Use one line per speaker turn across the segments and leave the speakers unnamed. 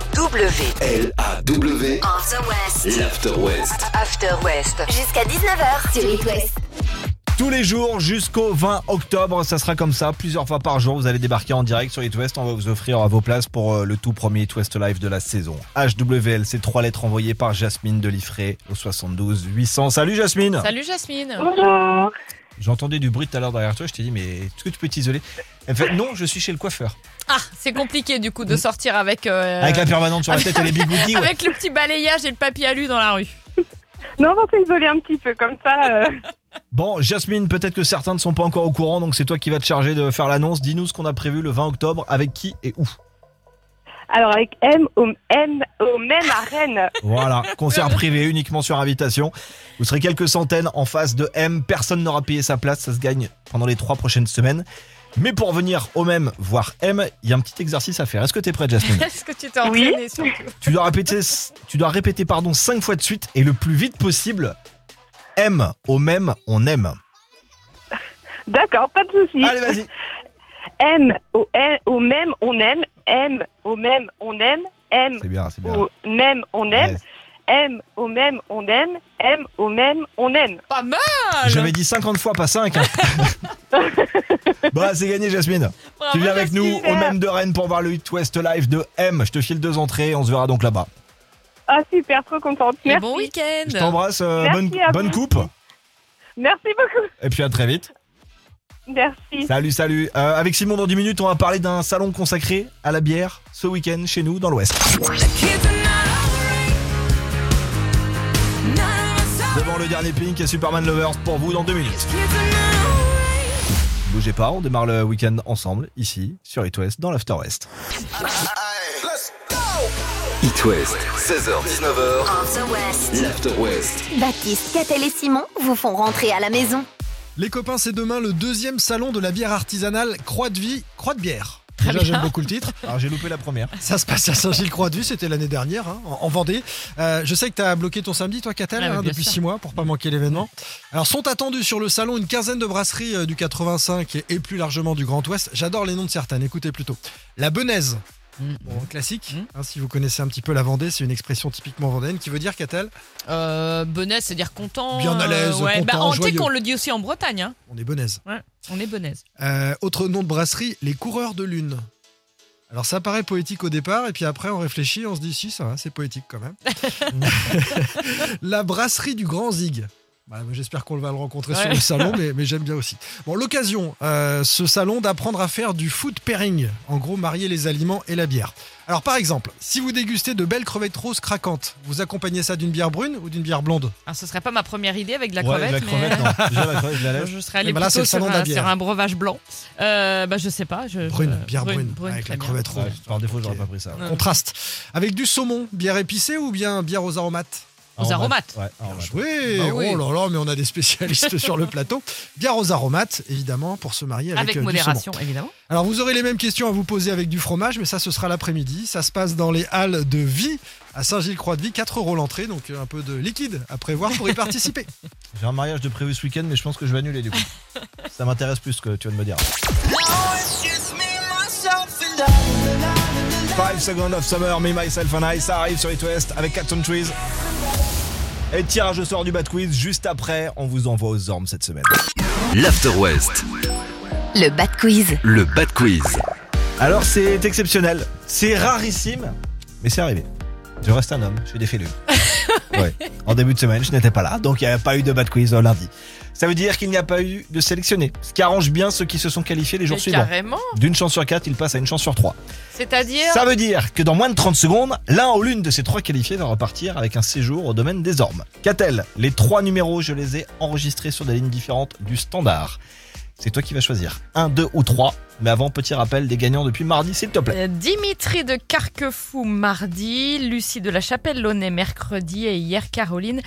L-A-W.
L-A-W,
After West.
l'After West.
After West.
Jusqu'à 19h sur It West.
Tous les jours jusqu'au 20 octobre, ça sera comme ça, plusieurs fois par jour. Vous allez débarquer en direct sur It West. On va vous offrir vos places pour euh, le tout premier It West Live de la saison. HWL, c'est trois lettres envoyées par Jasmine de Liffré au 72 800. Salut
Ah.
Jasmine
Salut Jasmine
Oh. Bonjour.
J'entendais du bruit tout à l'heure derrière toi, je t'ai dit, mais est-ce que tu peux t'isoler Elle me fait, non, je suis chez le coiffeur.
Ah, c'est compliqué du coup
Mm.
de sortir avec, euh,
Avec la permanente sur la tête et les bigoudis. ouais.
avec le petit balayage et le papier à dans la rue.
Non, on va s'isoler un petit peu comme ça. euh,
Bon, Jasmine, peut-être que certains ne sont pas encore au courant, donc c'est toi qui vas te charger de faire l'annonce. Dis-nous ce qu'on a prévu le 20 octobre, avec qui et où.
Alors avec M au M au même à Rennes.
Voilà, concert privé uniquement sur invitation. Vous serez quelques centaines en face de M. Personne n'aura payé sa place, ça se gagne pendant les trois prochaines semaines. Mais pour venir au même, voire M, il y a un petit exercice à faire. Est-ce que t'es prête,
Mm.
Jasmine
Est-ce que tu t'es
Oui.
entraînée surtout
Tu dois répéter, tu dois répéter pardon, cinq fois de suite et le plus vite possible. M au même, on aime.
D'accord, pas de souci.
Allez, vas-y.
M au M au même on aime. M au même on aime. M
C'est bien, c'est bien.
au même on aime. M au même on aime. M au même on aime.
Pas mal
Ouais. J'avais dit 50 fois, pas 5. bah, c'est gagné, Jasmine.
Bravo,
Tu viens avec nous
Jasmine.
au même de Rennes pour voir le Hit West Live de M. Je te file deux entrées, on se verra donc là-bas.
Ah super, trop contente.
Et
Merci,
bon
Je
week-end
t'embrasse, euh,
Merci
bonne,
à vous.
bonne coupe.
merci beaucoup.
Et puis à très vite.
Merci.
Salut, salut. Euh, avec Simon, dans 10 minutes, on va parler d'un salon consacré à la bière ce week-end chez nous dans l'Ouest. Devant le dernier Pink et Superman Lovers pour vous dans 2 minutes. Bougez pas, on démarre le week-end ensemble, ici, sur It West, dans l'After West.
It West, 16h-19h,
After West.
l'After West.
Baptiste, Catel et Simon vous font rentrer à la maison.
Les copains, c'est demain le deuxième salon de la bière artisanale Croix de Vie, Croix de Bière.
Très
Déjà,
bien.
j'aime beaucoup le titre.
Alors, j'ai loupé la première.
Ça se passe à Saint-Gilles-Croix-de-Vie, c'était l'année dernière, hein, en en Vendée. Euh, je sais que tu as bloqué ton samedi, toi, Catel,
Ah ouais,
hein,
bien
depuis
sûr.
six mois, pour pas manquer l'événement. Alors, sont attendues sur le salon une quinzaine de brasseries euh, du 85 et, et plus largement du Grand Ouest. J'adore les noms de certaines, écoutez plutôt. La Benaise,
Mm.
bon, classique,
Mm.
hein, si vous connaissez un petit peu la Vendée, c'est une expression typiquement vendéenne qui veut dire, Catel,
euh, Benaise, c'est-à-dire content.
Bien à l'aise,
euh, ouais.
content,
bah, on sait
joyeux.
qu'on le dit aussi en Bretagne, hein.
on est Benaise.
on est Benaise.
Euh, autre nom de brasserie, les coureurs de lune. Alors ça paraît poétique au départ, et puis après on réfléchit, on se dit si ça va, c'est poétique quand même. la brasserie du Grand Zig. Bah, J'espère qu'on va le rencontrer sur
Ouais.
le salon, mais, mais j'aime bien aussi. Bon, l'occasion, euh, ce salon, d'apprendre à faire du food pairing. En gros, marier les aliments et la bière. Alors par exemple, si vous dégustez de belles crevettes roses craquantes, vous accompagnez ça d'une bière brune ou d'une bière blonde
Alors, Ah, ce serait pas ma première idée avec de la
Ouais,
crevette,
la
mais...
crevette, non. Déjà, la crevette, je la
Euh,
lève.
Je serais allé
Eh ben là,
plutôt
c'est le salon
sur,
de la
un,
bière.
sur un breuvage blanc. Euh, bah, je sais pas. Je, je-
Brune, bière brune,
brune,
avec
très
la
bien.
crevette rose.
Ouais, par défaut, j'aurais pas pris ça. ouais.
Ouais.
Mmh. Contraste. Avec du saumon, bière épicée ou bien bière aux aromates
Aux aromates.
Ouais,
Bien
aromates.
joué.
Bah oui.
Oh là là, mais on a des spécialistes sur le plateau. Bière aux aromates, évidemment, pour se marier avec,
Avec,
euh, du
modération,
saumon.
évidemment.
Alors, vous aurez les mêmes questions à vous poser avec du fromage, mais ça, ce sera l'après-midi. Ça se passe dans les halles de Vie, à Saint-Gilles-Croix-de-Vie, 4 euros l'entrée, donc euh, un peu de liquide à prévoir pour y participer.
J'ai un mariage de prévu ce week-end, mais je pense que je vais annuler du coup. ça m'intéresse plus ce que tu viens de me dire. 5 Seconds of Summer, Me, Myself and I, ça arrive sur It West avec Captain Trees. Et tirage au sort du Bad Quiz juste après, on vous envoie aux ormes cette semaine.
L'After West,
Le Bat Quiz.
le Bad Quiz.
Alors c'est exceptionnel, c'est rarissime, mais c'est arrivé. Je reste un homme, je fais des félus. Ouais. En début de semaine, je n'étais pas là, donc il n'y a pas eu de bad quiz euh, lundi. Ça veut dire qu'il n'y a pas eu de sélectionné, ce qui arrange bien ceux qui se sont qualifiés les jours
Mais
suivants.
carrément.
D'une chance sur quatre, il passe à une chance sur trois.
C'est-à-dire.
Ça veut dire que dans moins de 30 secondes, l'un ou l'une de ces trois qualifiés va repartir avec un séjour au domaine des ormes. Qu'a-t-elle Les trois numéros, je les ai enregistrés sur des lignes différentes du standard. C'est toi qui vas choisir 1, 2 ou 3. Mais avant, petit rappel des gagnants depuis mardi, s'il te plaît.
euh, Dimitri de Carquefou mardi, Lucie de la Chapelle Launay mercredi et hier Caroline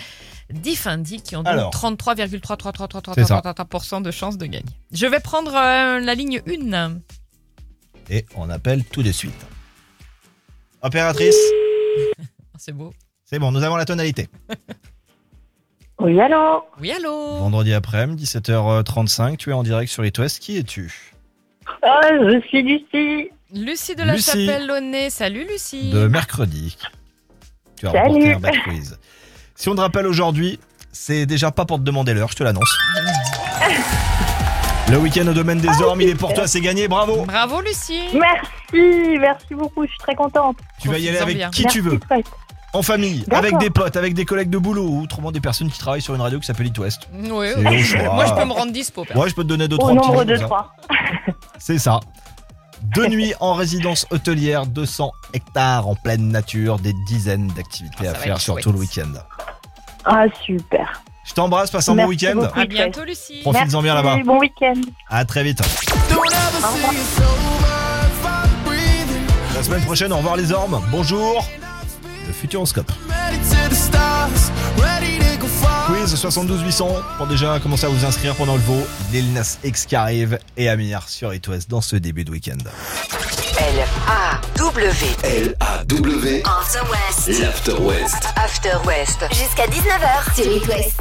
Diffindy qui ont donc
Alors.
33,333333% de chance de gagner. Je vais prendre euh, la ligne 1.
Et on appelle tout de suite. Opératrice,
C'est beau.
c'est bon, nous avons la tonalité.
Oui, allô
Oui, allô
Vendredi après-midi, 17h35, tu es en direct sur It West. Qui es-tu
Oh, je Ah, suis Lucie.
Lucie de la
Lucie.
Chapelle Launay. Salut Lucie.
de mercredi. Tu as
Salut.
remporté un bad quiz. Si on te rappelle aujourd'hui, c'est déjà pas pour te demander l'heure, je te l'annonce. Le week-end au domaine
Ah,
des ormes, il est pour toi, c'est gagné, bravo.
Bravo Lucie.
Merci, merci beaucoup, je suis très contente.
Tu vas y aller
Profites-en
avec
bien.
qui
merci
tu veux,
Fred.
en famille,
D'accord.
avec des potes, avec des collègues de boulot ou autrement des personnes qui travaillent sur une radio qui s'appelle It West.
Oui,
C'est au choix.
Moi, je peux me rendre dispo.
Ouais, je peux te donner deux
Au
trois petits
nombre
noms,
de
ça.
trois.
C'est ça. Deux nuits en résidence hôtelière, 200 hectares en pleine nature, des dizaines d'activités
Ah, ça
à
va
faire
être
sur
chouette.
tout le week-end.
Ah, super.
Je t'embrasse, passe un bon
Merci
week-end.
beaucoup.
À bientôt Lucie.
Profites-en bien là-bas.
Merci, Bon week-end.
À très vite. La semaine prochaine, au revoir les ormes. Bonjour. Le Futuroscope. Quiz 72 800 pour déjà commencer à vous inscrire pendant le veau. Lil Nas X qui arrive et Amir sur It West dans ce début de week-end.
L-A-W.
L-A-W,
After West.
l'After West.
After West.
Jusqu'à 19h sur It West.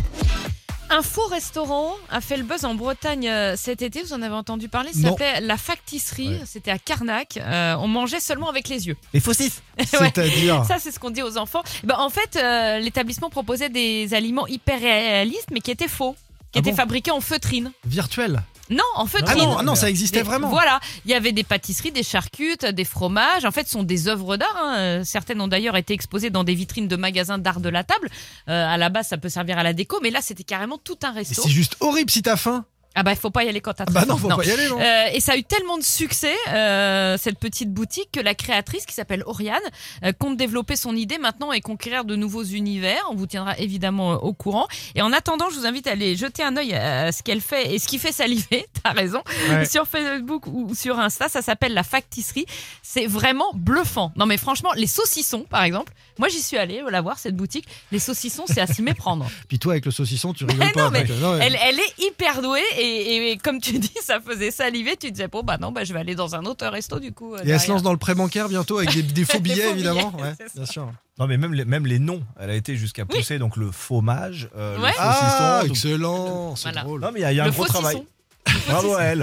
Un faux restaurant a fait le buzz en Bretagne euh, cet été. Vous en avez entendu parler. Ça
Non.
s'appelait La Facticerie.
Ouais.
C'était à Carnac. Euh, on mangeait seulement avec les yeux.
Les faucifs.
C'est-à-dire.
Ça, c'est ce qu'on dit aux enfants. Eh ben, en fait, euh, l'établissement proposait des aliments hyper réalistes, mais qui étaient faux, qui
Ah
étaient
bon
fabriqués en feutrine.
Virtuel.
Non, en
Ah
feutrine.
non, ah non, ça existait
Des-
vraiment.
Voilà, il y avait des pâtisseries, des charcutes, des fromages. En fait, ce sont des œuvres d'art. hein. Certaines ont d'ailleurs été exposées dans des vitrines de magasins d'art de la table. Euh, à la base, ça peut servir à la déco, mais là, c'était carrément tout un
Mais
resto.
c'est juste horrible si t'as faim.
Ah bah, il faut pas y aller quand t'as
Ah bah
très
non,
faim.
faut
Non.
pas y aller, non.
Euh, et ça a eu tellement de succès, euh, cette petite boutique, que la créatrice, qui s'appelle Oriane, euh, compte développer son idée maintenant et conquérir de nouveaux univers. On vous tiendra évidemment euh, au courant. Et en attendant, je vous invite à aller jeter un œil à ce qu'elle fait et ce qui fait saliver, t'as raison,
Ouais.
sur Facebook ou sur Insta. Ça s'appelle la facticerie. C'est vraiment bluffant. Non mais franchement, les saucissons, par exemple, moi j'y suis allée euh, la voir, cette boutique. Les saucissons, c'est à s'y méprendre.
Puis toi, avec le saucisson, tu rigoles
Mais
pas.
non, mais
donc, euh, non, ouais.
Elle, elle est hyper douée et, et- et comme tu dis, ça faisait saliver. Tu disais, bon, bah non, bah, je vais aller dans un autre resto du coup. euh,
Et elle
derrière.
se lance dans le prêt bancaire bientôt avec des, des faux billets,
billets,
évidemment. Ouais,
c'est ça.
bien sûr.
Non mais même les, même les noms, elle a été jusqu'à
Oui.
pousser donc le fromage, euh, le
Ouais.
saucisson.
Ah,
donc-
excellent, c'est
Voilà.
drôle.
Non mais il y a, il y a un
Le
gros
faucisson.
travail. Bravo à elle.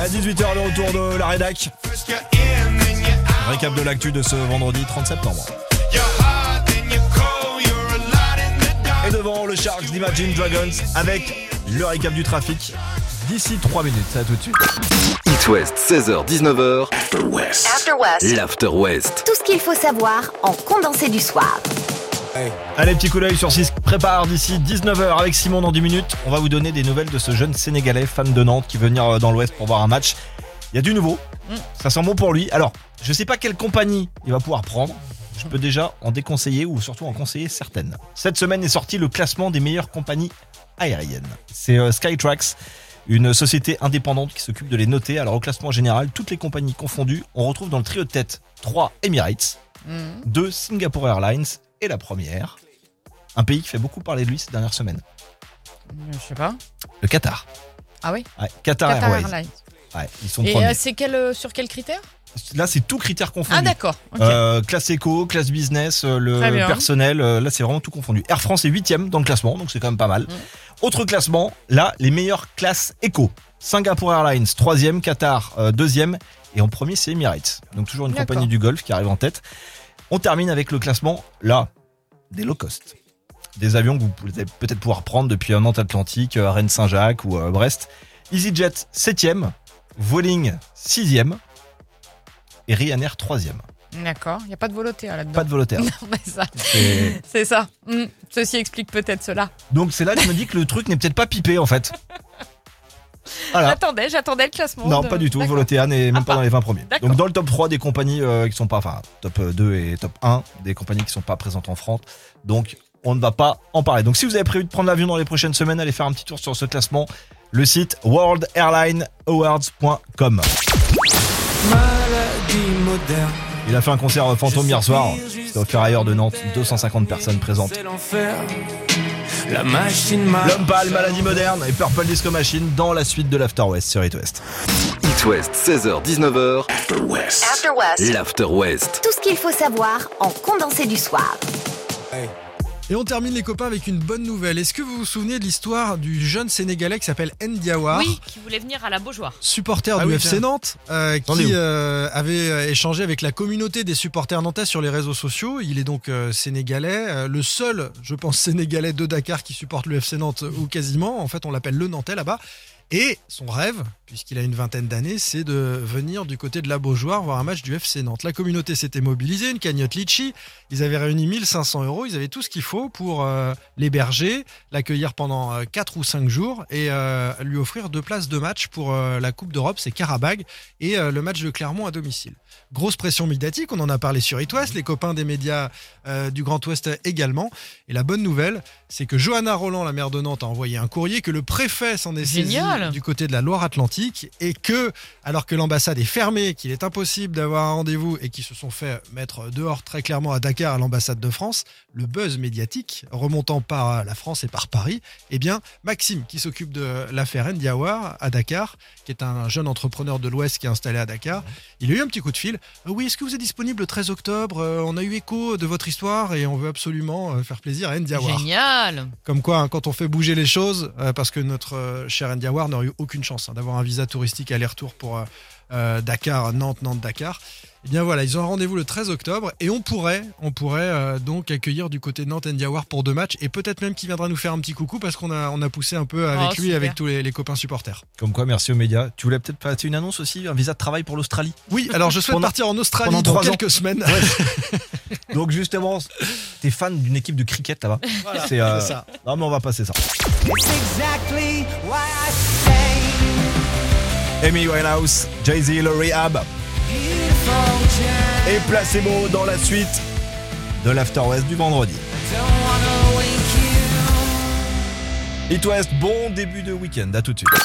À 18h, le retour de la rédac. Récap de l'actu de ce vendredi 30 septembre. Et devant le Sharks d'Imagine Dragons avec le récap du trafic d'ici 3 minutes. Ça, à tout de suite.
It West, 16h-19h. After West.
After West.
L'After West.
Tout ce qu'il faut savoir en condensé du soir.
Allez, petit coup d'œil sur 6 prépare d'ici 19h avec Simon dans 10 minutes. On va vous donner des nouvelles de ce jeune Sénégalais fan de Nantes qui veut venir euh, dans l'Ouest pour voir un match. Il y a du nouveau.
Mm.
Ça sent bon pour lui. Alors, je sais pas quelle compagnie il va pouvoir prendre. Je peux déjà en déconseiller ou surtout en conseiller certaines. Cette semaine est sorti le classement des meilleures compagnies aériennes. C'est euh, Skytrax, une société indépendante qui s'occupe de les noter. Alors, au classement général, toutes les compagnies confondues, on retrouve dans le trio de tête 3 Emirates,
Mhm.
de Singapore Airlines et la première. Un pays qui fait beaucoup parler de lui ces dernières semaines.
Je sais pas.
Le Qatar.
Ah oui
Ouais, Qatar,
Qatar
Airways.
Airlines.
Ouais, ils sont
Et
premiers.
euh, c'est quel, euh, sur quel critère
Là, c'est tout critère confondu.
Ah d'accord. ok.
Euh, classe éco, classe business, euh, le
Très bien.
personnel, euh, là c'est vraiment tout confondu. Air France est huitième dans le classement, donc c'est quand même pas mal.
Mm.
Autre classement, là les meilleures classes éco. Singapore Airlines troisième, Qatar euh, deuxième et en premier c'est Emirates. Donc toujours une
D'accord.
compagnie du Golfe qui arrive en tête. On termine avec le classement là des low cost, des avions que vous pouvez peut-être pouvoir prendre depuis euh, Nantes-Atlantique, euh, Rennes-Saint-Jacques ou euh, Brest. EasyJet septième, Vueling sixième et Ryanair troisième.
D'accord. Il n'y a pas de volotaire là-dedans.
Pas de volontaire.
Non, mais ça,
C'est-
c'est ça. Mhm. Ceci explique peut-être cela.
Donc c'est là que je me dis que le truc n'est peut-être pas pipé en fait. Voilà.
J'attendais, j'attendais le classement.
Ah. Non,
de-
pas du tout.
D'accord.
Volotea n'est même
Ah,
pas dans les 20 premiers.
d'accord.
Donc dans le top 3 des compagnies euh, qui sont pas, enfin top 2 et top 1 des compagnies qui sont pas présentes en France. Donc on ne va pas en parler. Donc si vous avez prévu de prendre l'avion dans les prochaines semaines, allez faire un petit tour sur ce classement. Le site worldairlineawards.com. Il a fait un concert euh, fantôme hier soir. C'était au Ferrailleur de Nantes. 250 personnes présentes.
La machine marche.
L'homme pâle, maladie moderne et Purple Disco Machine dans la suite de l'After West sur It West.
It West, 16h-19h. After West.
After West.
L'After West.
Tout ce qu'il faut savoir en condensé du soir.
Et on termine les copains avec une bonne nouvelle. Est-ce que vous vous souvenez de l'histoire du jeune Sénégalais qui s'appelle Ndiawar
Oui, qui voulait venir à la Beaujoire.
supporter
Ah
du
oui,
FC
tiens.
Nantes euh,
Attendez,
qui euh, avait euh, échangé avec la communauté des supporters nantais sur les réseaux sociaux. Il est donc euh, sénégalais, euh, le seul, je pense, sénégalais de Dakar qui supporte le FC Nantes euh, ou quasiment. En fait, on l'appelle le Nantais là-bas. Et son rêve, puisqu'il a une vingtaine d'années, c'est de venir du côté de la Beaujoire voir un match du FC Nantes. La communauté s'était mobilisée, une cagnotte Litchi. Ils avaient réuni 1500 euros, ils avaient tout ce qu'il faut pour euh, l'héberger, l'accueillir pendant 4 ou 5 jours et euh, lui offrir deux places de match pour euh, la Coupe d'Europe, c'est Karabag, et euh, le match de Clermont à domicile. Grosse pression médiatique, on en a parlé sur It West, les copains des médias euh, du Grand Ouest également. Et la bonne nouvelle, c'est que Johanna Roland, la maire de Nantes, a envoyé un courrier, que le préfet s'en est saisi
Génial.
du côté de la Loire-Atlantique, et que, alors que l'ambassade est fermée, qu'il est impossible d'avoir un rendez-vous, et qu'ils se sont fait mettre dehors très clairement à Dakar, à l'ambassade de France, le buzz médiatique remontant par la France et par Paris, eh bien, Maxime, qui s'occupe de l'affaire Ndiawar à Dakar, qui est un jeune entrepreneur de l'Ouest qui est installé à Dakar, il a eu un petit coup de fil. Euh, Oui, est-ce que vous êtes disponible le 13 octobre Euh, On a eu écho de votre histoire et on veut absolument euh, faire plaisir à Ndiawar.
Génial.
Comme quoi, hein, quand on fait bouger les choses, euh, parce que notre euh, cher Ndiawar n'aurait eu aucune chance hein, d'avoir un visa touristique aller-retour pour euh, euh, Dakar, Nantes, Nantes, Dakar. Eh bien voilà, ils ont un rendez-vous le 13 octobre et on pourrait, on pourrait euh, donc accueillir du côté de Nantes Ndiawar pour deux matchs et peut-être même qu'il viendra nous faire un petit coucou parce qu'on a, on a poussé un peu avec
Oh,
lui,
super.
avec tous les, les copains supporters.
Comme quoi, merci aux médias. Tu voulais peut-être passer une annonce aussi, un visa de travail pour l'Australie.
Oui, alors je souhaite
Pendant-
partir en Australie
pendant
dans
trois ans.
quelques semaines.
Donc justement, t'es fan d'une équipe de cricket là-bas. C'est euh,
c'est ça.
Non mais on va passer ça. Amy Winehouse, Jay-Z, le Rehab et Placebo dans la suite de l'After West du vendredi. It West, bon début de week-end, à tout de suite.